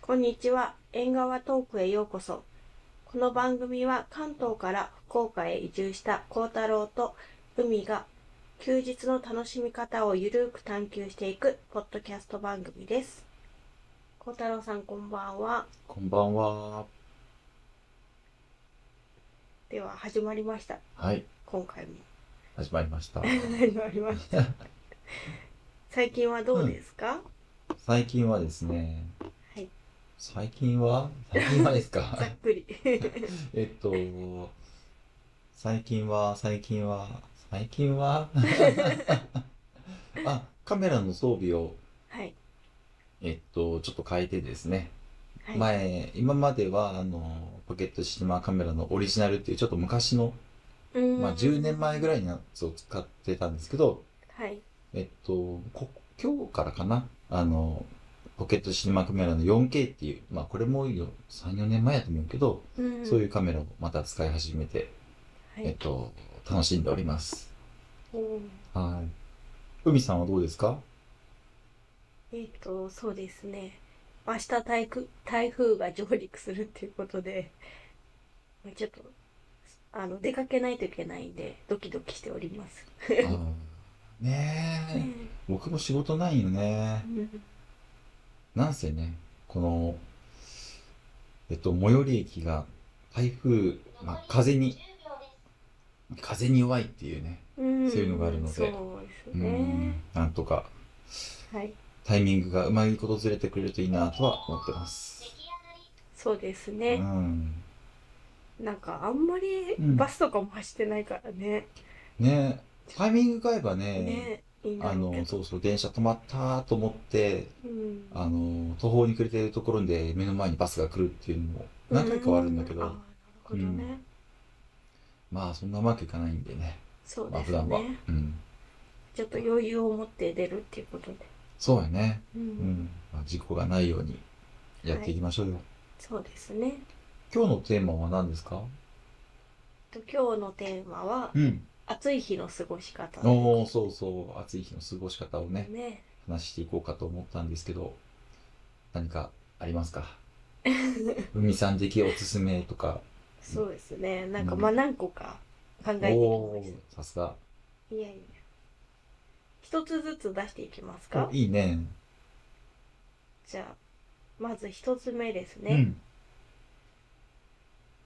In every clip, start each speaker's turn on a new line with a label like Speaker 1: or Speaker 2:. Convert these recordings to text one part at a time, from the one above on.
Speaker 1: こんにちは。縁側トークへようこそ。この番組は関東から福岡へ移住した幸太郎と海が休日の楽しみ方をゆるく探求していくポッドキャスト番組です。幸太郎さんこんばんは。
Speaker 2: こんばんは。
Speaker 1: では始まりました。
Speaker 2: はい、
Speaker 1: 今回も。
Speaker 2: 始まりま した。
Speaker 1: 始まりました。 最近はどうですか、
Speaker 2: 最近はですね、
Speaker 1: はい。
Speaker 2: 最近は最近はです
Speaker 1: ざ
Speaker 2: か
Speaker 1: っくり。
Speaker 2: えっと、最近は、最近は、最 近は あ、カメラの装備を、
Speaker 1: はい。
Speaker 2: えっと、ちょっと変えてですね、
Speaker 1: はい。
Speaker 2: 前、今までは、あの、ポケットシネマカメラのオリジナルっていう、ちょっと昔の、
Speaker 1: うーん
Speaker 2: まあ、10年前ぐらいのやつを使ってたんですけど、
Speaker 1: はい。
Speaker 2: えっと、こ今日からかな、あの、ポケットシネマカメラの 4K っていう、まあこれもよ3、4年前やと思うけど、
Speaker 1: うん
Speaker 2: そういうカメラをまた使い始めて、
Speaker 1: は
Speaker 2: えっ
Speaker 1: い。
Speaker 2: と、楽しんでおります。
Speaker 1: うん
Speaker 2: はい。海さんはどうで すか
Speaker 1: えっ、と、そうですね。明日台風、台風が上陸するっていうことで、まあちょっと、あの、出かけないといけないんで、ドキドキしております。
Speaker 2: あーねえ、僕も仕事ないよね
Speaker 1: う。ん
Speaker 2: なんせね、この、えっと、最寄り駅が台風、まあ風に、風に弱いっていうね、
Speaker 1: うん
Speaker 2: そういうのがあるので
Speaker 1: そうです
Speaker 2: うん
Speaker 1: ね。、
Speaker 2: なんとか
Speaker 1: はい。
Speaker 2: タイミングがうまいことずれてくれるといいなとは思ってます。
Speaker 1: そうです
Speaker 2: う
Speaker 1: ね。
Speaker 2: ん。
Speaker 1: なんか、あんまり
Speaker 2: うん
Speaker 1: バスとかも走ってないからね。
Speaker 2: ねタイミングが合えばね、
Speaker 1: ね。いいんだ
Speaker 2: あ
Speaker 1: ろうけ
Speaker 2: の、
Speaker 1: ど。
Speaker 2: そうそう、電車止まったと思って、
Speaker 1: うん。
Speaker 2: あの、途方に暮れているところで目の前にバスが来るっていうのも何回かはあるんだけ
Speaker 1: うあ
Speaker 2: ど、
Speaker 1: なるほどね。
Speaker 2: まあそんなうまくいかないんでね、
Speaker 1: そう
Speaker 2: まあ
Speaker 1: で
Speaker 2: 普
Speaker 1: す
Speaker 2: 段は。
Speaker 1: ね。
Speaker 2: うん。
Speaker 1: ちょっと余裕を持って出るっていうことで。
Speaker 2: そうやね。
Speaker 1: う。
Speaker 2: うんん。まあ、事故がないようにやっていきましょうよ。
Speaker 1: そうですね。
Speaker 2: 今日のテーマは何ですか
Speaker 1: と今日のテーマは
Speaker 2: うん。
Speaker 1: 暑い日の過ごし方
Speaker 2: おー、そうそう、暑い日の過ごし方をね、
Speaker 1: ね。
Speaker 2: 話していこうかと思ったんですけど、何かあ りますか海さん的おすすめとか。
Speaker 1: そうですね。なんか
Speaker 2: うん
Speaker 1: まあ何個か考えてき
Speaker 2: お
Speaker 1: ま
Speaker 2: ー
Speaker 1: し、
Speaker 2: さすが。
Speaker 1: た。いやいや。一つずつ出していきますか。
Speaker 2: いいね。
Speaker 1: じゃあまず一つ目ですね。
Speaker 2: うん。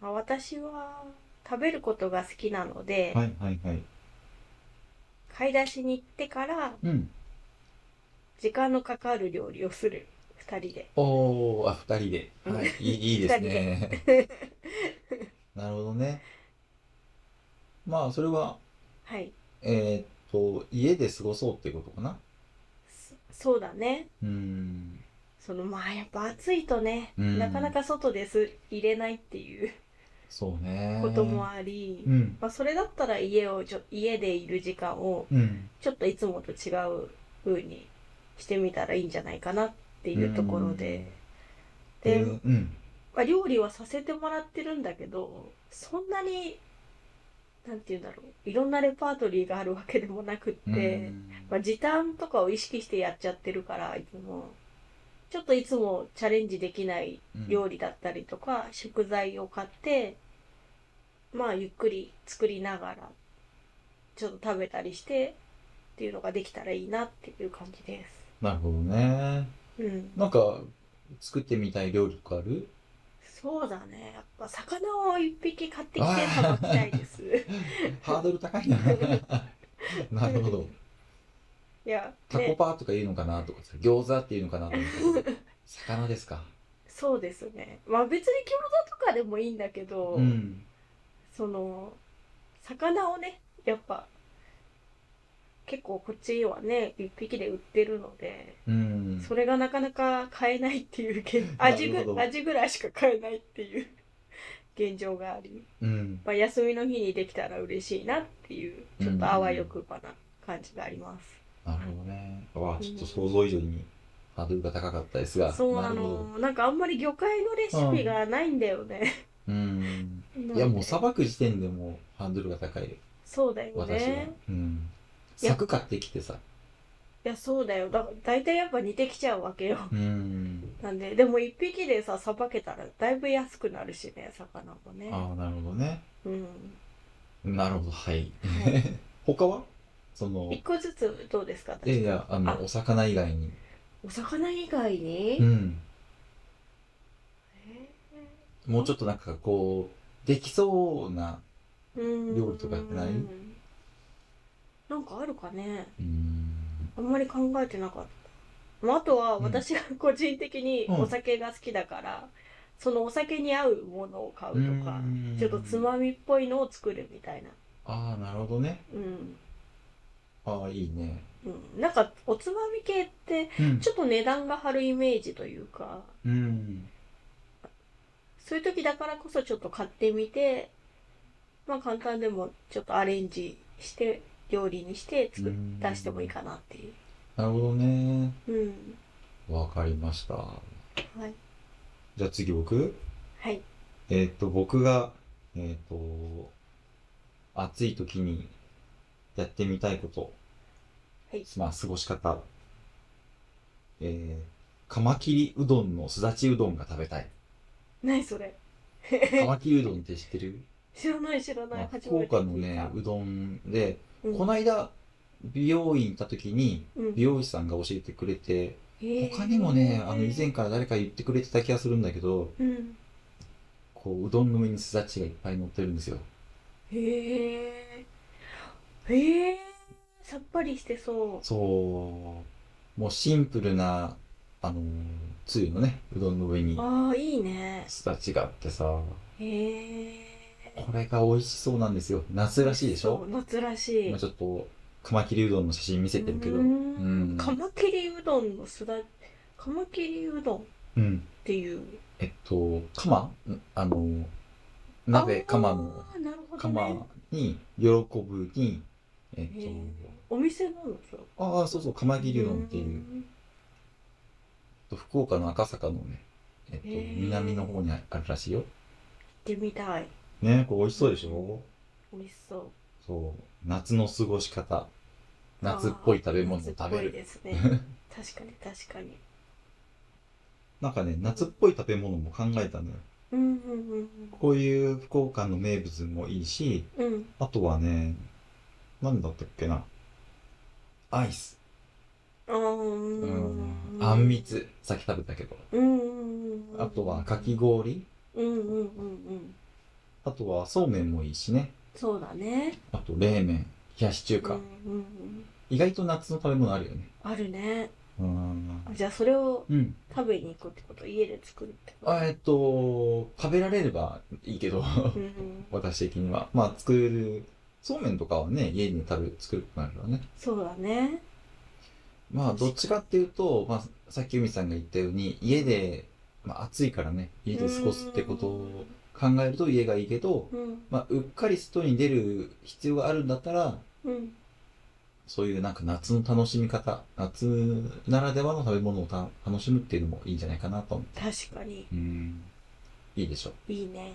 Speaker 1: まあ、私は食べることが好きなので、
Speaker 2: はいはいはい。
Speaker 1: 買い出しに行ってから
Speaker 2: うん。
Speaker 1: 時間のかかる料理をする二人で。
Speaker 2: おー、あ、二人で。
Speaker 1: うん
Speaker 2: はい、いいいいですね。 なるほどね。まあ、それは、
Speaker 1: はい。
Speaker 2: えーっと、家で過ごそうってことかな。
Speaker 1: そそうだね。
Speaker 2: うーん。
Speaker 1: そのまあやっぱ暑いとね、
Speaker 2: うん
Speaker 1: なかなか外です入れないっていう
Speaker 2: そうね。
Speaker 1: こともあり、
Speaker 2: うん。
Speaker 1: まあ、それだったら家をちょ家でいる時間を
Speaker 2: うん。
Speaker 1: ちょっといつもと違う風にしてみたらいいんじゃないかなっていうところで、で、
Speaker 2: うんうん。
Speaker 1: まあ、料理はさせてもらってるんだけどそんなになんて言うんだろういろんなレパートリーがあるわけでもなくって、
Speaker 2: うん
Speaker 1: まあ、時短とかを意識してやっちゃってるからいつもちょっといつもチャレンジできない料理だったりとか食材を買ってまあゆっくり作りながらちょっと食べたりしてっていうのができたらいいなっていう感じで
Speaker 2: なるほどね。
Speaker 1: すうん
Speaker 2: なんか、作ってみたい料理とかある
Speaker 1: そうだねやっぱ魚を一匹買ってきてさばきたいです
Speaker 2: ハードル高 いな。なるほど。
Speaker 1: いや
Speaker 2: タコ
Speaker 1: ね
Speaker 2: パーとか言うのかなとかさ、餃子っていうのかなと思ったけど、魚ですか。
Speaker 1: そうですねまあ別に餃子とかでもいいんだけど、
Speaker 2: うん。
Speaker 1: その魚をねやっぱ結構こっちはね一匹で売ってるので
Speaker 2: うん。
Speaker 1: それがなかなか買えないっていう現
Speaker 2: なる
Speaker 1: 味
Speaker 2: ほ
Speaker 1: ぐ
Speaker 2: ど
Speaker 1: 味ぐらいしか買えないっていう 現状があり、
Speaker 2: うん。
Speaker 1: まあ、休みの日にできたら嬉しいなっていうちょっとあわよくばな感じがあります、
Speaker 2: なるほどね。わあ、ちょっと想像以上にハードルが高かったですが。
Speaker 1: そうな
Speaker 2: るほど。
Speaker 1: のなんかあんまり魚介のレシピがないんだよね、
Speaker 2: うん。いや、もうさ
Speaker 1: さ
Speaker 2: ばく時点でもうハードルが高い、
Speaker 1: そうだよ
Speaker 2: 私は
Speaker 1: ね。
Speaker 2: うん。
Speaker 1: いや
Speaker 2: 柵買ってきてさ。
Speaker 1: いやそうだよだだいたいやっぱ似てきちゃうわけよ
Speaker 2: うん。
Speaker 1: なんででも1匹でささばけたらだいぶ安くなるしね魚もね
Speaker 2: ああなるほどね
Speaker 1: うん
Speaker 2: なるほどはい
Speaker 1: は
Speaker 2: 他はその
Speaker 1: 1個ずつどうですか
Speaker 2: いやいやあの
Speaker 1: あ
Speaker 2: お魚以外に
Speaker 1: お魚以外に、
Speaker 2: うん
Speaker 1: え
Speaker 2: もうちょっとなんかこうできそうな
Speaker 1: ーうん
Speaker 2: 料理とかやってない
Speaker 1: なんかあるかね
Speaker 2: うーん
Speaker 1: あんまり考えてなかった、まあ、あとは
Speaker 2: うん
Speaker 1: 私が個人的に
Speaker 2: うん
Speaker 1: お酒が好きだから、そのお酒に合うものを買うとか
Speaker 2: うーん
Speaker 1: ちょっとつまみっぽいのを作るみたいな
Speaker 2: ああなるほどね
Speaker 1: うん、
Speaker 2: ああいいね
Speaker 1: うん、なんかおつまみ系って
Speaker 2: うん
Speaker 1: ちょっと値段が張るイメージというか
Speaker 2: うん
Speaker 1: そういう時だからこそちょっと買ってみてまあ簡単でもちょっとアレンジして料理にして作っ
Speaker 2: うん
Speaker 1: 出してもいいかなっていう
Speaker 2: なるほどね
Speaker 1: うん
Speaker 2: わかりました
Speaker 1: はい
Speaker 2: じゃあ次僕
Speaker 1: はい
Speaker 2: えーっと僕がえーっと暑い時にやってみたいこと
Speaker 1: はい
Speaker 2: まあ過ごし方えー、カマキリうどんのすだちうどんが食べたい
Speaker 1: 何それ
Speaker 2: カマキリうどんって知ってる
Speaker 1: 知らない知らない
Speaker 2: まあ
Speaker 1: 初
Speaker 2: 福
Speaker 1: めて
Speaker 2: 岡の
Speaker 1: 聞い
Speaker 2: ね
Speaker 1: た
Speaker 2: うどんで、
Speaker 1: うん
Speaker 2: この間美容院行った時に
Speaker 1: うん
Speaker 2: 美容師さんが教えてくれて、
Speaker 1: へー
Speaker 2: 他にもねあの以前から誰か言ってくれてた気がするんだけど
Speaker 1: うん
Speaker 2: こううどんの上にすだちがいっぱい乗ってるんですよ
Speaker 1: へえへえさっぱりしてそ
Speaker 2: そうもうシンプルなあのーつゆのねうどんの上に
Speaker 1: うああいいね
Speaker 2: すだちがあってさ
Speaker 1: へえ
Speaker 2: これが美味しそうなんですよ夏らしいでし
Speaker 1: そ
Speaker 2: ょ
Speaker 1: う夏らしい
Speaker 2: 今ちょっとカマキリうどんの写真見せてるけど
Speaker 1: うーん
Speaker 2: うん
Speaker 1: カマキリうどんのすだカマキリうどんっ
Speaker 2: うん
Speaker 1: ていう
Speaker 2: えっと、釜んあの、鍋、釜の、
Speaker 1: あーなるほど、ね、
Speaker 2: 釜に、喜ぶに、え
Speaker 1: へー
Speaker 2: っ
Speaker 1: お店なのそれ
Speaker 2: と、ああ、そうそう、釜切りうどんっていう
Speaker 1: ー
Speaker 2: う、
Speaker 1: ん
Speaker 2: えっと福岡の赤坂のね、えっと、
Speaker 1: へー
Speaker 2: 南の方にあるらしいよ。
Speaker 1: 行ってみたい
Speaker 2: ねこれ美味しそうでしょ
Speaker 1: 美味しそう
Speaker 2: そう、夏の過ごし方、夏っぽい食べ物を食べ
Speaker 1: 夏っぽい
Speaker 2: る。
Speaker 1: ですね確 かに確かに
Speaker 2: なんかね、夏っぽい食べ物も考えたのよ。
Speaker 1: うんうん
Speaker 2: こういう福岡の名物もいいし、
Speaker 1: うんうんうん
Speaker 2: あとはね、なんだったっけな、アイス。
Speaker 1: あー
Speaker 2: うんあんみつさっき食べたけど
Speaker 1: うんうんうん
Speaker 2: あとはかき氷
Speaker 1: うんうんうんうん
Speaker 2: あとはそうめんもいいしね
Speaker 1: そうだね
Speaker 2: あと冷麺冷やし中華、
Speaker 1: うんうんうん
Speaker 2: 意外と夏の食べ物あるよね
Speaker 1: あるね
Speaker 2: うん
Speaker 1: あじゃあそれを
Speaker 2: うん
Speaker 1: 食べに行くってこと家で作るってこと
Speaker 2: あえっと食べられればいいけど
Speaker 1: うん
Speaker 2: 私的にはまあ作るそうめんとかはね家で食べ作ることになるからね
Speaker 1: そうだね
Speaker 2: まあどっちかっていうと、まあ、さっき海さんが言ったように家で、まあ、暑いからね家で過ごすってことを考えると家がいいけど、
Speaker 1: うん
Speaker 2: まあ、うっかり外に出る必要があるんだったら
Speaker 1: うん
Speaker 2: そういうなんか夏の楽しみ方、夏ならではの食べ物をた楽しむっていうのもいいんじゃないかなと思う。
Speaker 1: 確かに
Speaker 2: うん。いいでしょう。
Speaker 1: いい ね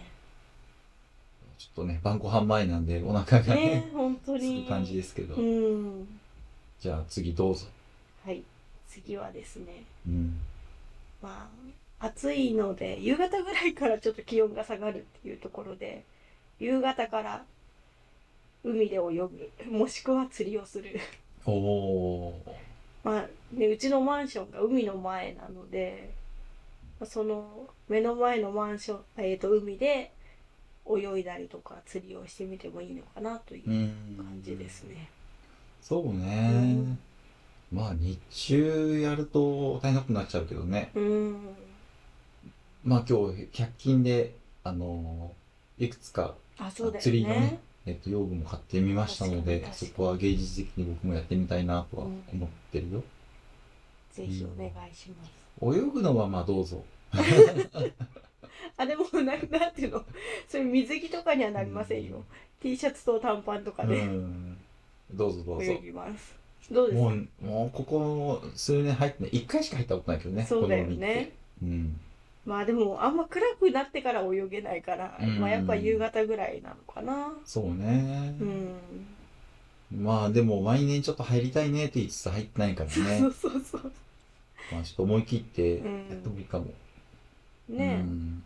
Speaker 2: ちょっとね、晩ご飯前なんでお腹が
Speaker 1: ね
Speaker 2: ね、
Speaker 1: 本当
Speaker 2: つ
Speaker 1: に
Speaker 2: く感じですけど
Speaker 1: う。ん
Speaker 2: じゃあ次どうぞ。
Speaker 1: はい次はですね
Speaker 2: うん。
Speaker 1: まあ暑いので夕方ぐらいからちょっと気温が下がるっていうところで夕方から海で泳ぐもしくは釣りをする
Speaker 2: おー。。
Speaker 1: まあねうちのマンションが海の前なのでまあその目の前のマンション、えー、と海で泳いだりとか釣りをしてみてもいいのかなといううん感じで。すね。
Speaker 2: そう
Speaker 1: う
Speaker 2: ね
Speaker 1: ん。
Speaker 2: まあ日中やると大変なことになっちゃうけどね。
Speaker 1: うん
Speaker 2: まあ今日100均で、あのーいくつか
Speaker 1: あそうだよね。
Speaker 2: 釣りのねえっと、用具も買ってみましたの
Speaker 1: 確
Speaker 2: で
Speaker 1: かに確か
Speaker 2: そ
Speaker 1: に
Speaker 2: こは芸術的に僕もやってみたいなとは
Speaker 1: うん
Speaker 2: 思ってるよ、
Speaker 1: ぜひお願いします。
Speaker 2: 泳ぐのはまあどうぞ
Speaker 1: あでもななんていうのそういう水着とかにはなりませんよ、
Speaker 2: うん
Speaker 1: T シャツと短パンとか
Speaker 2: う
Speaker 1: で
Speaker 2: んどうぞどうぞ
Speaker 1: 泳ぎます、どうです
Speaker 2: も
Speaker 1: か
Speaker 2: うもうここ数年入ってない1回しか入ったことないけどね
Speaker 1: そうだよね
Speaker 2: この海ってうん
Speaker 1: まあでもあんま暗くなってから泳げないから、
Speaker 2: うん
Speaker 1: まあやっぱ夕方ぐらいなのかな
Speaker 2: そうね
Speaker 1: うん、
Speaker 2: まあでも毎年ちょっと入りたいねって言いつつ入ってないからね
Speaker 1: そうそうそう
Speaker 2: まあ、ちょっと思い切ってや
Speaker 1: うん
Speaker 2: ってもいいかも。
Speaker 1: ね、
Speaker 2: う
Speaker 1: っ
Speaker 2: ん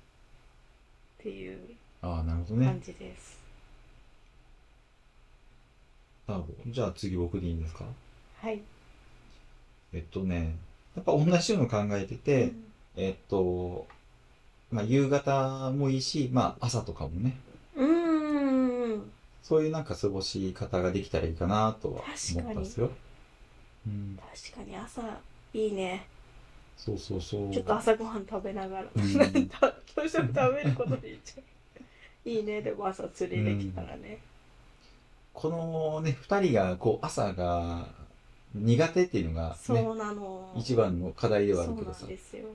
Speaker 1: ていう
Speaker 2: ああ、なるほどね
Speaker 1: 感。じです。
Speaker 2: あじゃあ次僕でいいんですか
Speaker 1: はい。
Speaker 2: えっとね、やっぱ同じようなの考えてて、
Speaker 1: うん
Speaker 2: えっと、まあ、夕方もいいし、まあ、朝とかもね、
Speaker 1: うーん。
Speaker 2: そういうなんか過ごし方ができたらいいかなとは思
Speaker 1: 確
Speaker 2: っ
Speaker 1: かに
Speaker 2: たんですよ。うん、
Speaker 1: 確かに朝いいね。
Speaker 2: そうそうそう。
Speaker 1: ちょっと朝ごはん食べながら、
Speaker 2: うん
Speaker 1: どうしても食べることでいいじゃん。いいね、でも朝釣りできたらね。
Speaker 2: このね、二人が、こう、朝が苦手っていうのが、ね、
Speaker 1: そうなの。
Speaker 2: 一番の課題ではある
Speaker 1: そ
Speaker 2: け
Speaker 1: うな
Speaker 2: どさ
Speaker 1: ん、ですよ。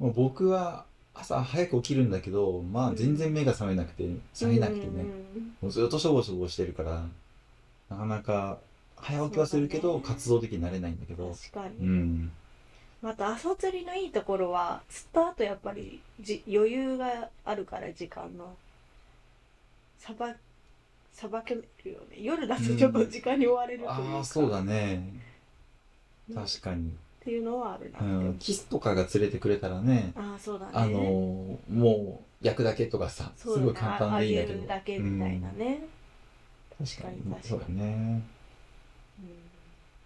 Speaker 2: もう僕は朝早く起きるんだけど、まあ
Speaker 1: うん
Speaker 2: 全然目が覚めなくて、覚めなくて
Speaker 1: うんうんう
Speaker 2: ね、
Speaker 1: ん
Speaker 2: もうずっとしょぼしょぼしてるから、なかなか早起きはするけ
Speaker 1: そ
Speaker 2: ど、
Speaker 1: うだね
Speaker 2: 活動的になれないんだけど、
Speaker 1: 確かに。
Speaker 2: うん。
Speaker 1: また朝釣りのいいところは釣った後やっぱりじ余裕があるから時間のさばさばけるよね夜だとちょっと時間に追われるというか、
Speaker 2: ああ、そうだね。
Speaker 1: うんっ
Speaker 2: 確かに。
Speaker 1: ていうのはあるなって
Speaker 2: う、
Speaker 1: 思うん
Speaker 2: キスとかが連れてくれたらね、
Speaker 1: ああそうだね
Speaker 2: あのー、もう焼くだけとかさ、す
Speaker 1: そうだね
Speaker 2: ごい簡単でいいんだけ
Speaker 1: あげ
Speaker 2: ど。
Speaker 1: るだけみたいなね、
Speaker 2: うん。確かに
Speaker 1: 確か。に
Speaker 2: そうだね。
Speaker 1: うん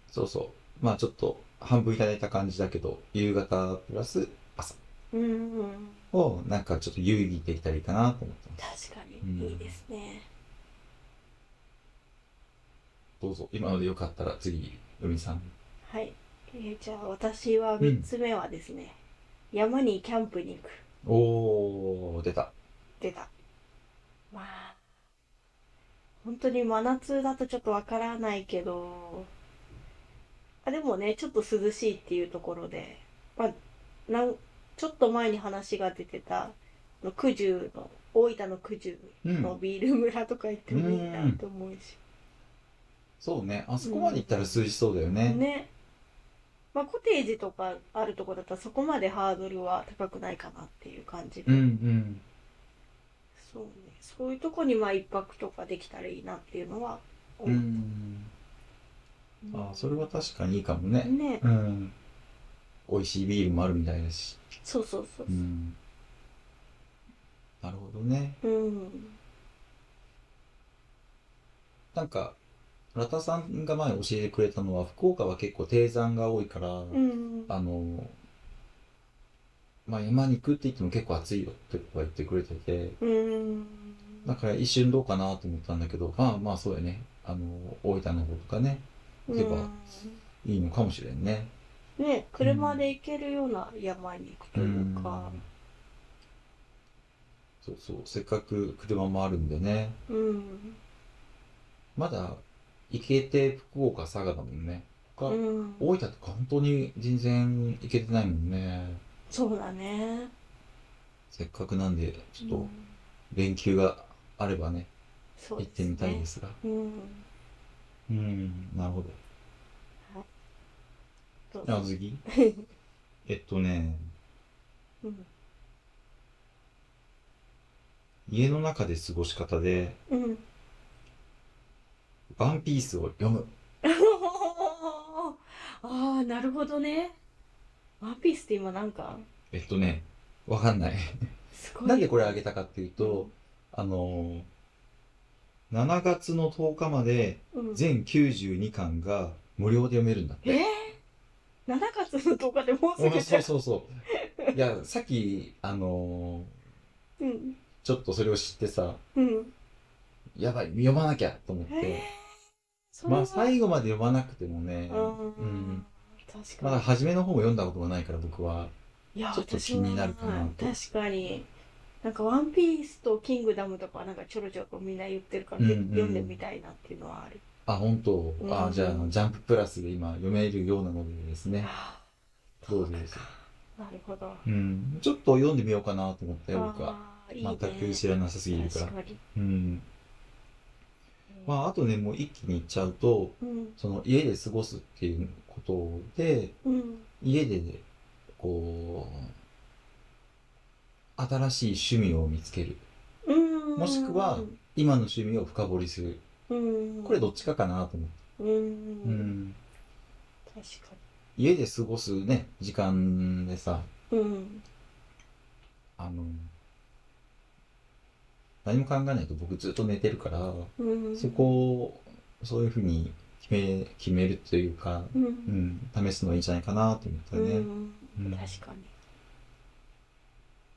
Speaker 2: そうそう。まあちょっと半分いただいた感じだけど、夕方プラス朝
Speaker 1: うんうん、
Speaker 2: をなんかちょっと遊戯できたらいいかなと思ってます。
Speaker 1: 確か
Speaker 2: うん
Speaker 1: にいいですね、
Speaker 2: どうぞ、今のでよかったら次、海さん。
Speaker 1: はい、えーじゃあ私は3つ目はですね、山にキャンプに行く
Speaker 2: おー、出た。
Speaker 1: 出た。まあ、本当に真夏だとちょっとわからないけど、あ、でもね、ちょっと涼しいっていうところで、まあ、なん、ちょっと前に話が出てた、あの九十の、大分の九十
Speaker 2: う
Speaker 1: の
Speaker 2: ん。
Speaker 1: ビール村とか行ってもいいなと思うし。
Speaker 2: そうね。あそこまで行ったら涼しそうだよね。
Speaker 1: ね。まあ、コテージとかあるとこだったらそこまでハードルは高くないかなっていう感じで。
Speaker 2: うんうん。
Speaker 1: そうね。そういうとこにまあ一泊とかできたらいいなっていうのは思
Speaker 2: う
Speaker 1: う。
Speaker 2: ん。ああ、それは確かにいいかもね。
Speaker 1: ね。
Speaker 2: うん。美味しいビールもあるみたいだし。
Speaker 1: そうそうそう
Speaker 2: う。ん。なるほどね。
Speaker 1: うん。
Speaker 2: なんか、ラタさんが前教えてくれたのは、福岡は結構低山が多いから、
Speaker 1: うん。
Speaker 2: あの、まあ山に行くって言っても結構暑いよってことは言ってくれてて、
Speaker 1: うん。
Speaker 2: だから一瞬どうかなと思ったんだけど、まあまあそうやね。あの、大分の方とかね、
Speaker 1: う
Speaker 2: 例えば
Speaker 1: ん
Speaker 2: いいのかもしれんね。
Speaker 1: ね、車で行けるような山に行くというか。
Speaker 2: そうそう、せっかく車もあるんでね。
Speaker 1: うん。
Speaker 2: まだ行けて福岡、佐賀だもんね。他、
Speaker 1: うん。
Speaker 2: 大分とか本当に全然行けてないもんね。
Speaker 1: そうだね。
Speaker 2: せっかくなんで、ちょっ
Speaker 1: う
Speaker 2: と
Speaker 1: ん
Speaker 2: 連休があればね、
Speaker 1: そう
Speaker 2: 行
Speaker 1: で
Speaker 2: っ
Speaker 1: す
Speaker 2: てみたいで
Speaker 1: ね。
Speaker 2: すが。
Speaker 1: うん。
Speaker 2: うん、なるほど。
Speaker 1: どう
Speaker 2: じゃあ
Speaker 1: ぞ
Speaker 2: 次。 えっとね、
Speaker 1: うん。
Speaker 2: 家の中で過ごし方で、
Speaker 1: うん。
Speaker 2: ワンピースを読む。
Speaker 1: ああ、なるほどね。ワンピースって今なんか、
Speaker 2: えっとね、わか んない。
Speaker 1: すごい。
Speaker 2: なんでこれあ
Speaker 1: げ
Speaker 2: げたかっていうと、あのー、7月の10日まで
Speaker 1: うん。
Speaker 2: 全92巻が無料で読めるんだっ
Speaker 1: え
Speaker 2: て。
Speaker 1: ー、?7 月の動画でもうすぐ
Speaker 2: お
Speaker 1: じ
Speaker 2: そ
Speaker 1: ゃ。
Speaker 2: うんそうそう。いや、さっき、あの
Speaker 1: うん。
Speaker 2: ー、ちょっとそれを知ってさ、
Speaker 1: うん。
Speaker 2: やばい、読まなきゃと思って。
Speaker 1: えー、それ
Speaker 2: ま
Speaker 1: は
Speaker 2: あ、最後まで読まなくてもね、
Speaker 1: う
Speaker 2: うん
Speaker 1: ん。確か
Speaker 2: ま
Speaker 1: に。
Speaker 2: だ初めの方も読んだことがないから僕は。
Speaker 1: いや、
Speaker 2: ちょっと
Speaker 1: 私
Speaker 2: 気になるかな
Speaker 1: は
Speaker 2: と
Speaker 1: 確かに。なんか、ワンピースとキングダムとか、なんかちょろちょろみんな言ってるから、
Speaker 2: うんうん
Speaker 1: 読んでみたいなっていうのはある。
Speaker 2: あ、本当、
Speaker 1: うん
Speaker 2: あ、じゃあ、ジャンププラスで今読めるようなのでですね。
Speaker 1: あ
Speaker 2: どうです
Speaker 1: あ、なるほど。
Speaker 2: うん。ちょっと読んでみようかなと思って、僕は。
Speaker 1: ああ、いいね。
Speaker 2: 全く知らなさすぎるから
Speaker 1: 確。かに。
Speaker 2: うん。まあ、あとね、もう一気にいっちゃうと、
Speaker 1: うん。
Speaker 2: その家で過ごすっていうことで、
Speaker 1: うん。
Speaker 2: 家で、こう、新しい趣味を見つける。
Speaker 1: うん。
Speaker 2: もしくは今の趣味を深掘りする。
Speaker 1: うん。
Speaker 2: これどっちかかなと思って。
Speaker 1: うん。
Speaker 2: うん。
Speaker 1: 確か
Speaker 2: 家で過ごすね、時間でさ、
Speaker 1: うん
Speaker 2: あの、何も考えないと僕ずっと寝てるから、
Speaker 1: うん
Speaker 2: そこをそういうふうに決め決めるというか、
Speaker 1: うん
Speaker 2: うん、試すのいいんじゃないかなと思った
Speaker 1: う
Speaker 2: ね、
Speaker 1: ん
Speaker 2: うん
Speaker 1: 確かに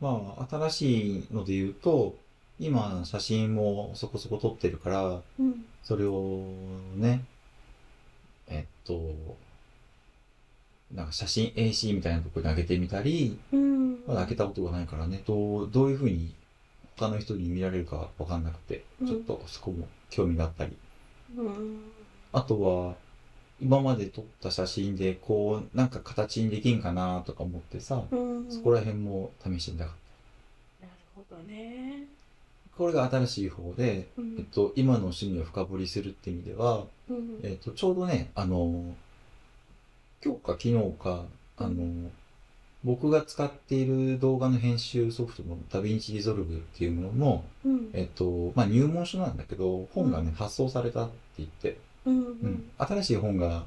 Speaker 2: まあ新しいので言うと今写真もそこそこ撮ってるから
Speaker 1: うん
Speaker 2: それをねえっとなんか写真 AC みたいなとこに上げてみたり
Speaker 1: うん
Speaker 2: まだ上げたことがないからねどうどういうふうに他の人に見られるかわかんなくて
Speaker 1: うん
Speaker 2: ちょっとそこも興味があったり
Speaker 1: うん
Speaker 2: あとは、今まで撮った写真で、こう、なんか形にできんかなとか思ってさ、
Speaker 1: うん
Speaker 2: そこら辺も試してみたかっ
Speaker 1: なるほどね
Speaker 2: た。これが新しい方で、
Speaker 1: う
Speaker 2: えっ
Speaker 1: ん
Speaker 2: と、今の趣味を深掘りするって意味では、
Speaker 1: うん
Speaker 2: えっと、ちょうどね、あの、今日か昨日か、あの、僕が使っている動画の編集ソフトのダヴィンチリゾルブっていうものの、
Speaker 1: うん
Speaker 2: えっと、まあ、入門書なんだけど、本が
Speaker 1: う
Speaker 2: ね
Speaker 1: ん、
Speaker 2: 発送されたって言って、
Speaker 1: うんう
Speaker 2: うんん、新しい本が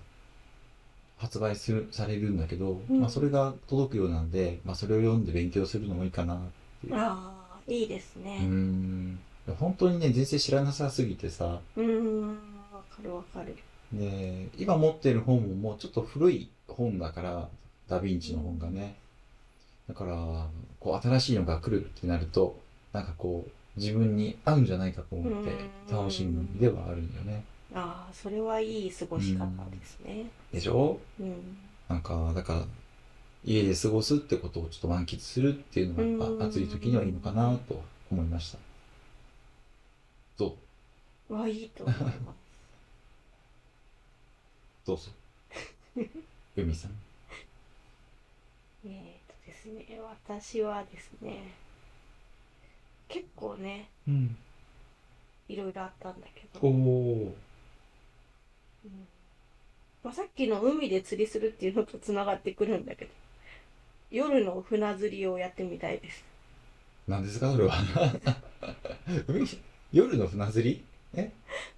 Speaker 2: 発売するされるんだけど、
Speaker 1: うん
Speaker 2: まあ、それが届くようなんで、まあ、それを読んで勉強するのもいいかな
Speaker 1: ああいいです
Speaker 2: う
Speaker 1: ね
Speaker 2: ん本当にね全然知らなさすぎてさ
Speaker 1: うんわかるわかる
Speaker 2: で今持ってる本ももうちょっと古い本だからダ・ヴィンチの本がねだからこう新しいのが来るってなるとなんかこう自分に合うんじゃないかと思って
Speaker 1: うん
Speaker 2: 楽しみではあるんだよね
Speaker 1: ああそれはいい過ごし方ですね
Speaker 2: でしょ
Speaker 1: うん
Speaker 2: なんか、だから、家で過ごすってことをちょっと満喫するっていうのがやっ
Speaker 1: うん
Speaker 2: ぱ暑い時にはいいのかなと思いました。どう
Speaker 1: わいいと思い ます
Speaker 2: どうぞ。海さん。
Speaker 1: えーとですね、私はですね、結構ね、
Speaker 2: うん。
Speaker 1: いろいろあったんだけど、
Speaker 2: おお。
Speaker 1: うんまあ、さっきの海で釣りするっていうのとつながってくるんだけど、夜の船釣りをやってみたいです。
Speaker 2: なんですかそれは。 海夜の船釣りえ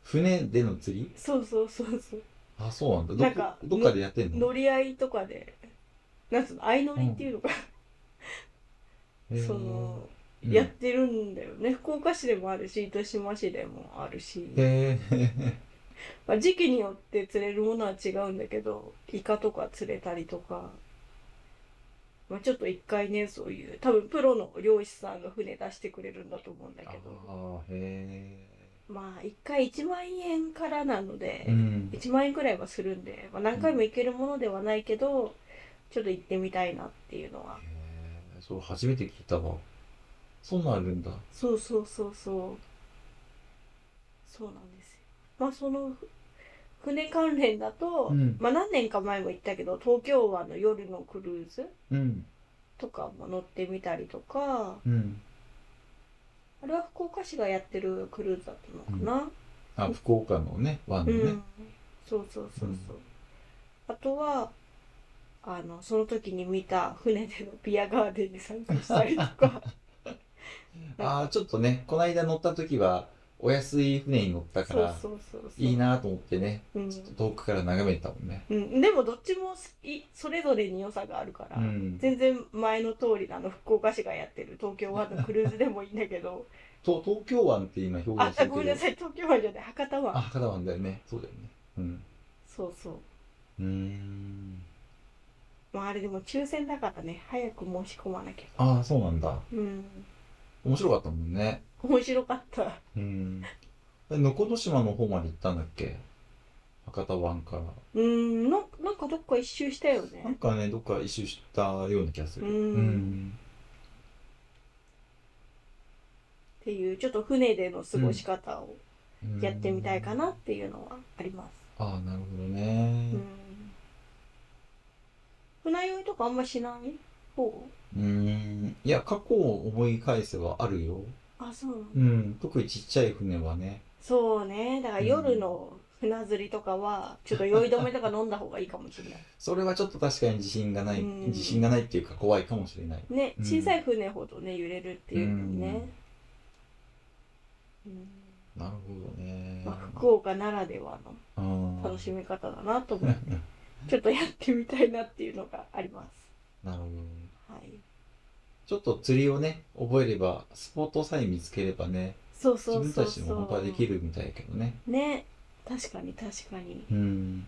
Speaker 2: 船での釣り
Speaker 1: そうそうそうそう。
Speaker 2: あ、そうなんだ。ど
Speaker 1: なんか
Speaker 2: こどっかでやってんの
Speaker 1: 乗り合いとかで、なんつうの、相乗りっていうのか、
Speaker 2: へ ー
Speaker 1: その、
Speaker 2: うん
Speaker 1: やってるんだよね。福岡市でもあるし、糸島市でもあるし、
Speaker 2: へ ー
Speaker 1: まあ、時期によって釣れるものは違うんだけどイカとか釣れたりとか、まあ、ちょっと一回ねそういう多分プロの漁師さんが船出してくれるんだと思うんだ
Speaker 2: あ
Speaker 1: けど
Speaker 2: ーへ
Speaker 1: まあ一回1万円からなので、
Speaker 2: ーうん。
Speaker 1: 1万円くらいはするんで、まあ、何回も行けるものではないけど、ちょっと行ってみたいなっていうのは
Speaker 2: へーそう、初めて聞いたわ。そんなんあるんだ。
Speaker 1: そうそうそうそうそうなんですよまあその船関連だと、
Speaker 2: ん
Speaker 1: まあ、何年か前も言ったけど東京湾の夜のクルーズ
Speaker 2: うん。
Speaker 1: とかも乗ってみたりとか
Speaker 2: うん。
Speaker 1: あれは福岡市がやってるクルーズだったのか
Speaker 2: あ、福岡のね、湾
Speaker 1: なう
Speaker 2: の
Speaker 1: ん、
Speaker 2: ね。
Speaker 1: そうそうそうそう、あとはあのその時に見た船でのビアガーデンに参加したりとか
Speaker 2: ああ、ちょっとね、この間乗った時は、お安い船に乗ったか
Speaker 1: そう
Speaker 2: ら、
Speaker 1: そうそうそう
Speaker 2: いいなと思ってね、
Speaker 1: うん、
Speaker 2: 遠くから眺めてたもんね。
Speaker 1: うん、でもどっちも好きそれぞれに良さがあるから、
Speaker 2: うん。
Speaker 1: 全然前の通りなの福岡市がやってる東京湾のクルーズでもいいんだけど
Speaker 2: と東京湾って今表
Speaker 1: あ
Speaker 2: 現され
Speaker 1: ごめ
Speaker 2: て
Speaker 1: んな
Speaker 2: る。
Speaker 1: さい東京湾じゃない博多
Speaker 2: あ、
Speaker 1: 湾
Speaker 2: 博多湾だよね。そうだよね。うん。
Speaker 1: そうそう
Speaker 2: うーん。
Speaker 1: まああれでも抽選だからね、早く申し込まなきゃ。
Speaker 2: ああ、そうなんだ。
Speaker 1: うん。
Speaker 2: 面白かったもんね。
Speaker 1: 面白かった。
Speaker 2: うん。え能古島の方まで行ったんだっけ博多湾から。
Speaker 1: うん、ななんかどっか一周したよ
Speaker 2: なん
Speaker 1: ね。
Speaker 2: かね、どっか一周したような気がする。
Speaker 1: うんっていう、ちょっと船での過ごし方を
Speaker 2: うん
Speaker 1: やってみたいかなっていうのはあります。
Speaker 2: ああなるほどね
Speaker 1: うん。船酔いとかあんましない方
Speaker 2: うんいや過去を思い返せばあるよ
Speaker 1: あ、そうなんだ
Speaker 2: うん特にちっちゃい船はね
Speaker 1: そうね。だから夜の船釣りとかは、ちょっと酔い止めとか飲んだ方がいいかもしれない。
Speaker 2: それはちょっと確かに自信がない、
Speaker 1: うん
Speaker 2: 自信がないっていうか怖いかもしれない
Speaker 1: ね、
Speaker 2: うん
Speaker 1: 小さい船ほどね、揺れるっていうのにね。うん
Speaker 2: なるほどね
Speaker 1: まあ、福岡ならではの
Speaker 2: うん
Speaker 1: 楽しみ方だなと思ってちょっとやってみたいなっていうのがあります。
Speaker 2: なるほど。
Speaker 1: はい。
Speaker 2: ちょっと釣りをね、覚えれば、スポットさえ見つければね、
Speaker 1: そう
Speaker 2: 自
Speaker 1: そう
Speaker 2: 分
Speaker 1: そうそう。
Speaker 2: たちでも本当はできるみたいやけどね。
Speaker 1: ね。確かに確かに。
Speaker 2: うん。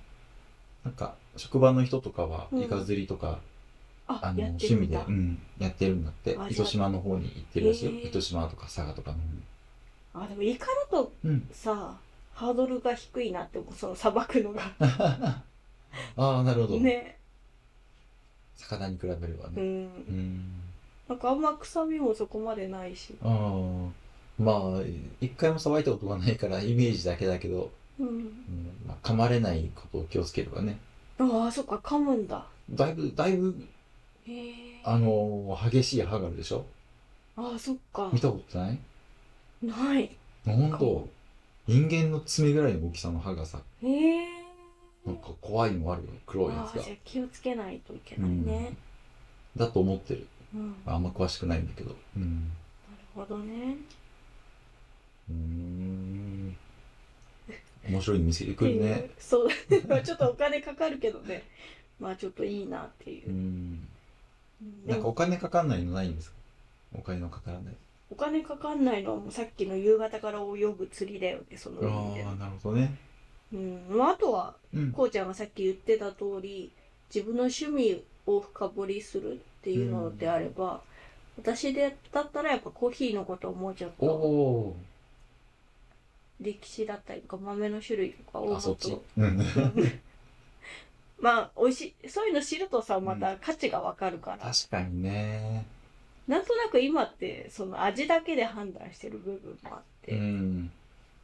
Speaker 2: なんか、職場の人とかは、
Speaker 1: うん
Speaker 2: イカ釣りとか、
Speaker 1: あ、
Speaker 2: あの、
Speaker 1: やって
Speaker 2: 趣
Speaker 1: る
Speaker 2: 味
Speaker 1: ん
Speaker 2: で、
Speaker 1: だ。
Speaker 2: うん、やってるんだって
Speaker 1: あ。じゃあ
Speaker 2: 糸島の方に行ってるらしいよ。
Speaker 1: へえ
Speaker 2: 糸島とか佐賀とかの方に。
Speaker 1: あ、でもイカだと
Speaker 2: うん。
Speaker 1: さ、ハードルが低いなって思う。そのさばくのが。
Speaker 2: ああ、なるほど。
Speaker 1: ね。
Speaker 2: 魚に比べれば
Speaker 1: う
Speaker 2: ね。
Speaker 1: ん
Speaker 2: う。ん。
Speaker 1: なんかあんま臭みもそこまでないし。
Speaker 2: ああ、まあ、一回もさばいたことがないから、イメージだけだけど、
Speaker 1: うん。
Speaker 2: うんまあ、噛まれないことを気をつければね。
Speaker 1: ああ、そっか、噛むんだ。
Speaker 2: だいぶ、だいぶ、
Speaker 1: へえ。
Speaker 2: あのー激しい歯があるでしょ
Speaker 1: ああ、そっか
Speaker 2: 見。たことない
Speaker 1: ない。
Speaker 2: 本当人間の爪ぐらいの大きさの歯がさ、
Speaker 1: へえ。
Speaker 2: なんか怖いのあるよ。黒いや
Speaker 1: あ
Speaker 2: つ
Speaker 1: あ、
Speaker 2: が
Speaker 1: じゃ。あ気をつけないといけないね。
Speaker 2: だと思ってる。
Speaker 1: うん。なる
Speaker 2: あんま詳しくないんだけど。うん。
Speaker 1: ほどね。
Speaker 2: うーん。面白い店行く
Speaker 1: っていう
Speaker 2: ね。
Speaker 1: そう だね。まあちょっとお金かかるけどね。まあちょっといいなっていうう。
Speaker 2: ん。
Speaker 1: で
Speaker 2: なんかお
Speaker 1: も
Speaker 2: 金かかんないのないんですかお金のかからない。
Speaker 1: お金かかんないのはもうさっきの夕方から泳ぐ釣りだよね、その
Speaker 2: あ
Speaker 1: 海で
Speaker 2: あ、なるほどね。
Speaker 1: うん。まああとは、
Speaker 2: うん。
Speaker 1: こうちゃんがさっき言ってた通り、自分の趣味を深掘りするっていうのであれば、私でだったらやっぱコーヒーのことをもうちょっ
Speaker 2: お
Speaker 1: と
Speaker 2: お
Speaker 1: 歴史だったりとか豆の種類とかを
Speaker 2: ー。
Speaker 1: も
Speaker 2: あ、
Speaker 1: っ
Speaker 2: そっち
Speaker 1: と。
Speaker 2: うん。
Speaker 1: まあ美味しいそういうの知るとさまた価値がわかるから、
Speaker 2: 確かにね。
Speaker 1: なんとなく今ってその味だけで判断してる部分もあって、
Speaker 2: うん。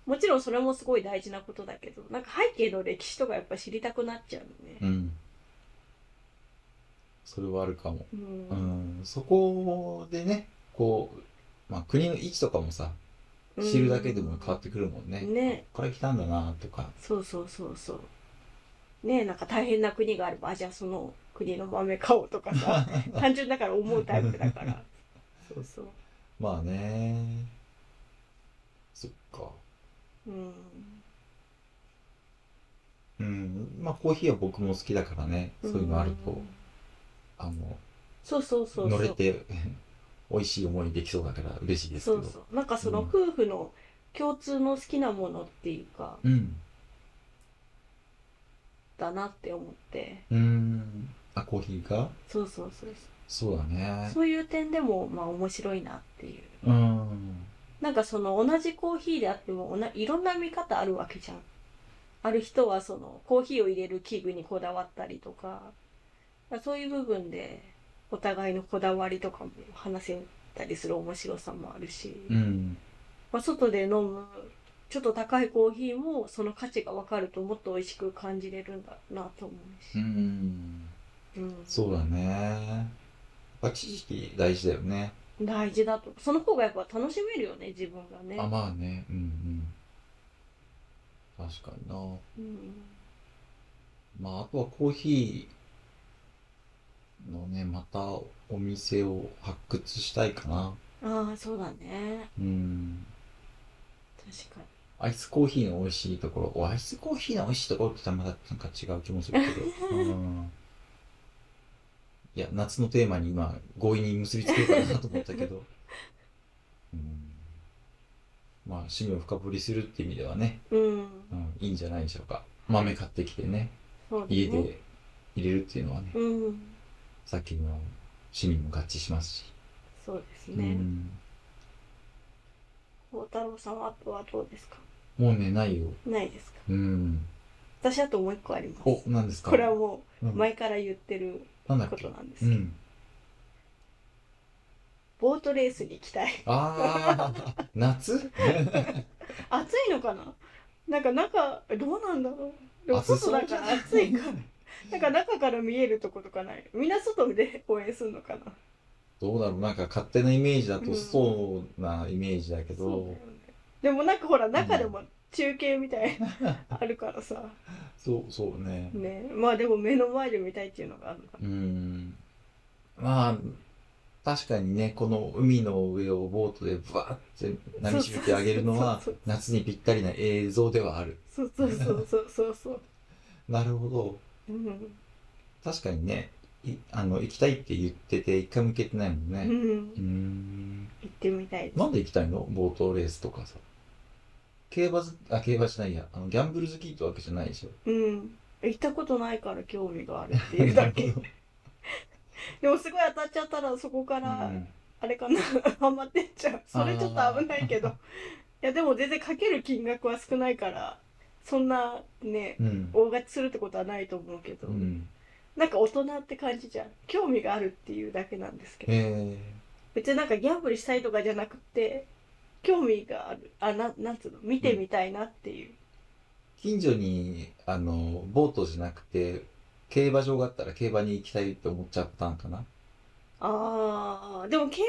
Speaker 1: もちろんそれもすごい大事なことだけどなんか背景の歴史とかやっぱ知りたくなっちゃう
Speaker 2: う
Speaker 1: ね、
Speaker 2: ん。それはあるかも。
Speaker 1: うん
Speaker 2: うん、そこでね、こう、まあ、国の位置とかもさ、知るだけでも変わってくるもんね。
Speaker 1: ね
Speaker 2: これ来たんだなとか。
Speaker 1: そうそうそうそうねえなんか大変な国があればあじゃあその国の豆買おうとか さ単純だから思うタイプだからそうそう
Speaker 2: まあね。そっか。
Speaker 1: うん
Speaker 2: うん。まあ、コーヒーは僕も好きだからね。そういうのあると
Speaker 1: ん、
Speaker 2: あの、
Speaker 1: そうそうそうそ
Speaker 2: 乗
Speaker 1: う
Speaker 2: れて、 美味しい思いできそうだから嬉しいです
Speaker 1: そ
Speaker 2: けど。
Speaker 1: うそうなんかその夫婦の共通の好きなものっていうか、
Speaker 2: うん。
Speaker 1: だなって思って
Speaker 2: うん。あ、コーヒーが
Speaker 1: そうそうそう
Speaker 2: そうだね。
Speaker 1: そういう点でもまあ面白いなっていう
Speaker 2: うん。
Speaker 1: なんかその同じコーヒーであってもおないろんな見方あるわけじゃんある人はそのコーヒーを入れる器具にこだわったりとかそういう部分でお互いのこだわりとかも話せたりする面白さもあるし、
Speaker 2: うん。
Speaker 1: まあ、外で飲むちょっと高いコーヒーもその価値が分かるともっと美味しく感じれるんだなと思う
Speaker 2: う
Speaker 1: し、
Speaker 2: ん。
Speaker 1: うん
Speaker 2: そうだね。やっぱ知識大事だよね。
Speaker 1: 大事だとその方がやっぱ楽しめるよね自分がね
Speaker 2: あ、まあね。うんうん。確かにな。
Speaker 1: うん、
Speaker 2: まあ、あとはコーヒーのね、またお店を発掘したいかな。
Speaker 1: ああそうだね
Speaker 2: うん。
Speaker 1: 確かに
Speaker 2: アイスコーヒーの美味しいところ。おアイスコーヒーの美味しいところって言ったらまたなんか違う気もするけど。うん。いや、夏のテーマに今、強引に結びつけようかなと思ったけど。うん。まあ、趣味を深掘りするって意味ではね、
Speaker 1: うん
Speaker 2: うん、いいんじゃないでしょうか。豆買ってきてね、
Speaker 1: そうだね
Speaker 2: 家で入れるっていうのはね、
Speaker 1: うん
Speaker 2: さっきの趣味も合致しますし。
Speaker 1: そうです
Speaker 2: う
Speaker 1: ね
Speaker 2: ん。
Speaker 1: 孝太郎さんはあとはどうですか
Speaker 2: もうね、ないよ。
Speaker 1: ないですか
Speaker 2: うん。
Speaker 1: 私あともう一個あります
Speaker 2: お、何ですか
Speaker 1: これはも
Speaker 2: う
Speaker 1: うん前から言ってる
Speaker 2: なんだっ
Speaker 1: こ
Speaker 2: け
Speaker 1: となんです
Speaker 2: う
Speaker 1: けど、
Speaker 2: ん。
Speaker 1: ボートレースに行きたい
Speaker 2: ああ、夏
Speaker 1: 暑いのかななんか中どうなんだろうでも
Speaker 2: 暑そ
Speaker 1: 外だ
Speaker 2: う
Speaker 1: から暑 いからなんか中から見えるとことかないみんな外で応援するのかな
Speaker 2: どうだろうなんか勝手なイメージだ
Speaker 1: う
Speaker 2: と
Speaker 1: ん
Speaker 2: そうなイメージだけ
Speaker 1: そうだよ
Speaker 2: ど
Speaker 1: ね、でもなんかほら中でも中継みたい なあるからさ
Speaker 2: そうそうね。
Speaker 1: ねまあでも目の前で見たいっていうのがあるのか
Speaker 2: うーん。まあ、確かにね、この海の上をボートでバーって波しぶき上げるのは
Speaker 1: そうそうそうそう
Speaker 2: 夏にぴったりな映像ではある。
Speaker 1: そうそうそうそうそうそう
Speaker 2: なるほど。
Speaker 1: うん
Speaker 2: 確かにね、いあの行きたいって言ってて、一回も行けてないもん
Speaker 1: う
Speaker 2: ね。
Speaker 1: ん
Speaker 2: うーん。
Speaker 1: 行ってみたいです
Speaker 2: なんで行きたいのボートレースとかさ。競馬ず、あ、競馬じゃないや。あの、ギャンブル好きってわけじゃないでしょ。
Speaker 1: うん行ったことないから興味があるっていうだけ
Speaker 2: なるほ
Speaker 1: でもすごい当たっちゃったらそこか
Speaker 2: ど
Speaker 1: ら
Speaker 2: うん
Speaker 1: あれかなハマってっちゃうそれちょっと危ないけどいやでも全然かける金額は少ないからそんなね
Speaker 2: うん。
Speaker 1: 大勝ちするってことはないと思うけど、
Speaker 2: うん。
Speaker 1: なんか大人って感じじゃん興味があるっていうだけなんですけど
Speaker 2: え
Speaker 1: 別になんかギャンブルしたいとかじゃなくて興味があるあななんつうの見てみたいなっていう、
Speaker 2: ー、近所に、あの、ボートじゃなくて、競馬場があったら競馬に行きたいって思っちゃったんかな。
Speaker 1: あーでも競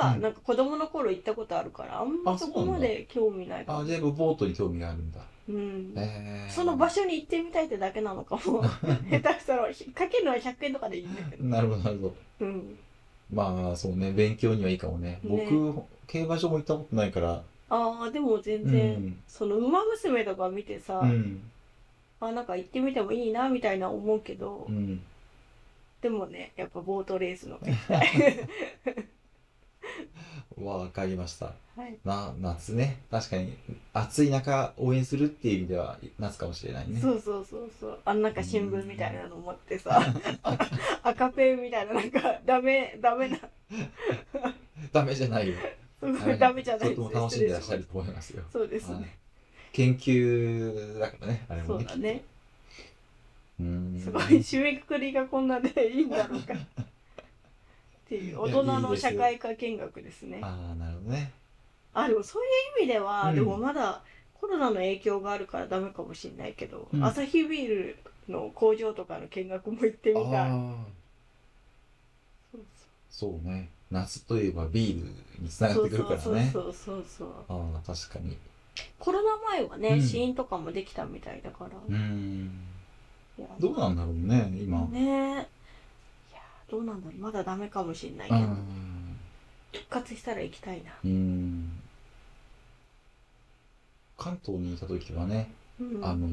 Speaker 1: 馬場は
Speaker 2: うん
Speaker 1: なんか子供の頃行ったことあるからあんま
Speaker 2: あ
Speaker 1: そ
Speaker 2: そう
Speaker 1: こ
Speaker 2: なんだ
Speaker 1: まで興味ないか
Speaker 2: あ、
Speaker 1: も
Speaker 2: じゃあやっぱボートに興味があるんだ。
Speaker 1: うん
Speaker 2: えー、
Speaker 1: その場所に行ってみたいってだけなのか も下手したらひかけるのは100円とかでいいんだけど
Speaker 2: なるほど、なるほど。
Speaker 1: うん
Speaker 2: まあ、そうね、勉強にはいいかもね。
Speaker 1: ね
Speaker 2: 僕、競馬場も行ったことないから。
Speaker 1: ああでも全然、その「ウマ娘」とか見てさ、
Speaker 2: うん。うん。
Speaker 1: あなんか行ってみてもいいなみたいな思うけど、
Speaker 2: うん。
Speaker 1: でもねやっぱボートレースの
Speaker 2: わかりました。
Speaker 1: はい
Speaker 2: な、夏ね。確かに、暑い中応援するっていう意味では、夏かもしれないね。
Speaker 1: そうそうそうそうあのなんか新聞みたいなの持ってさ 赤ペンみたいななんかダメダメな
Speaker 2: ダメじゃないよ。
Speaker 1: すご いダメじゃない
Speaker 2: とても楽しんでらっしゃると思いますよ。
Speaker 1: そうです
Speaker 2: はい
Speaker 1: ね、
Speaker 2: 研究だからね、あれ
Speaker 1: そ
Speaker 2: も
Speaker 1: う
Speaker 2: ね。
Speaker 1: だね
Speaker 2: うーん。
Speaker 1: すごい締めくくりがこんなでいいんだろうかっていう大人の社会科見学ですね
Speaker 2: ああ、なるほどね。
Speaker 1: あでもそういう意味では、
Speaker 2: うん
Speaker 1: でもまだコロナの影響があるからダメかもしれないけど、
Speaker 2: うん
Speaker 1: アサヒビールの工場とかの見学も行ってみたい
Speaker 2: ああ、
Speaker 1: そう
Speaker 2: そうね。夏といえばビールにつなが
Speaker 1: そ
Speaker 2: っ
Speaker 1: う
Speaker 2: てくるから
Speaker 1: そう
Speaker 2: ね。
Speaker 1: そうそうそう
Speaker 2: ああ、確かに。
Speaker 1: コロナ前はね、
Speaker 2: うん
Speaker 1: 試飲とかもできたみたいだから、
Speaker 2: うー
Speaker 1: い
Speaker 2: ん。
Speaker 1: や
Speaker 2: どうなんだろうね、今。
Speaker 1: ねえいやどうなんだろうまだダメかもしれないけ
Speaker 2: う
Speaker 1: ど、
Speaker 2: ん。
Speaker 1: 復活したら行きたいな、
Speaker 2: うーん関東にいた時はね、
Speaker 1: うん、
Speaker 2: あの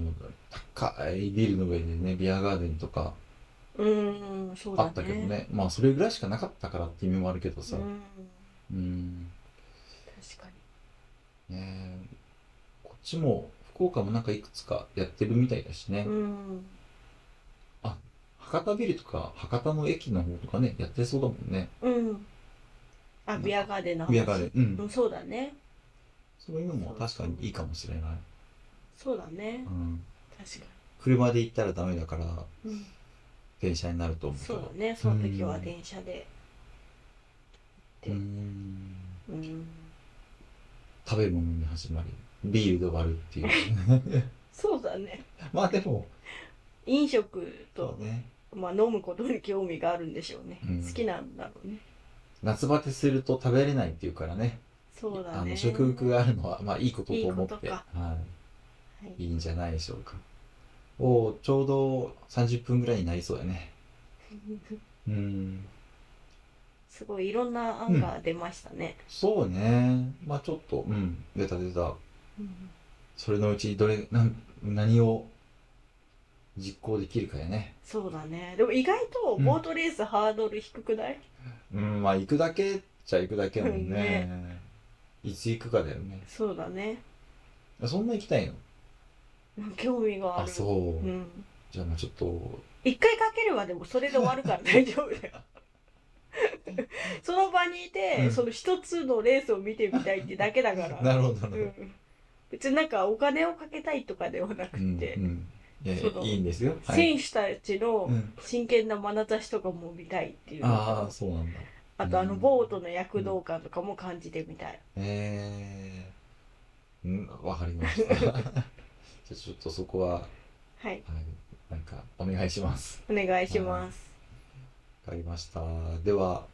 Speaker 2: 高いビルの上でねビアガーデンとか
Speaker 1: うーんそうだ
Speaker 2: あ
Speaker 1: ね
Speaker 2: ったけどねまあそれぐらいしかなかったからって意味もあるけどさ
Speaker 1: う
Speaker 2: うん
Speaker 1: ん確か
Speaker 2: ねえこっちも福岡もなんかいくつかやってるみたいだしね、
Speaker 1: にうん
Speaker 2: 博多ビルとか博多の駅の方とかねやってそうだもんね
Speaker 1: うんあビアガーデンの話
Speaker 2: ビアガーデンう
Speaker 1: うんんそうだね
Speaker 2: そういうのも確かにいいかもしれない、
Speaker 1: そうだね
Speaker 2: うん、
Speaker 1: 確か
Speaker 2: 車で行ったらダメだから
Speaker 1: に、
Speaker 2: 電車になると思うけ
Speaker 1: そ
Speaker 2: ど
Speaker 1: うだねその時は電車で
Speaker 2: うーん
Speaker 1: うん
Speaker 2: 食べ物に始まりビールで終わ るっていう
Speaker 1: そうだね
Speaker 2: まあでも
Speaker 1: 飲食と
Speaker 2: そうね
Speaker 1: まあ飲むことに興味があるんでしょうね
Speaker 2: うん
Speaker 1: 好きなんだろうね
Speaker 2: 夏バテすると食べれないっていうからね
Speaker 1: そうだ
Speaker 2: あ
Speaker 1: ね
Speaker 2: の食欲があるのはまあいいことと思って
Speaker 1: いいことか
Speaker 2: は
Speaker 1: はい
Speaker 2: い、いいんじゃないでしょうかおおちょうど30分ぐらいになりそうだねうーん
Speaker 1: すごいいろんな案が出ましたね
Speaker 2: そうねまあちょっとうん出た出たそれのうちどれなん何を実行できるかやね
Speaker 1: そうだねでも意外とボートレースハードル低くない
Speaker 2: うんまあ行くだけっちゃ行くだけやもんね
Speaker 1: う
Speaker 2: いつ行くかだよね
Speaker 1: そうだね
Speaker 2: そんな行きたいの
Speaker 1: 興味があ
Speaker 2: あ
Speaker 1: る
Speaker 2: そう、
Speaker 1: うん
Speaker 2: じゃあまあちょっと
Speaker 1: 一回かければでもそれで終わるから 大丈夫だよその場にいて、
Speaker 2: うん
Speaker 1: その一つのレースを見てみたいってだけだから
Speaker 2: なるほどなるほど、
Speaker 1: うん、別になんかお金をかけたいとかではなくて、
Speaker 2: うんうんいやい
Speaker 1: そ
Speaker 2: や
Speaker 1: の
Speaker 2: いいんですよ、はい
Speaker 1: 選手たちの
Speaker 2: うん、
Speaker 1: 真剣な眼差しとかも見たいっていうのと
Speaker 2: ああそうなんだ
Speaker 1: あとあの
Speaker 2: うん
Speaker 1: ボートの躍動感とかも感じてみたい、
Speaker 2: ええうんわかりましたじゃあちょっとそこは、は
Speaker 1: はい
Speaker 2: い、なんかお願いします
Speaker 1: お願いします、
Speaker 2: わかりましたでは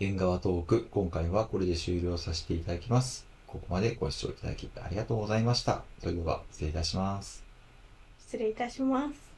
Speaker 2: 縁側トーク今回はこれで終了させていただきますここまでご視聴いただきありがとうございましたそれでは失礼いたします
Speaker 1: 失礼いたします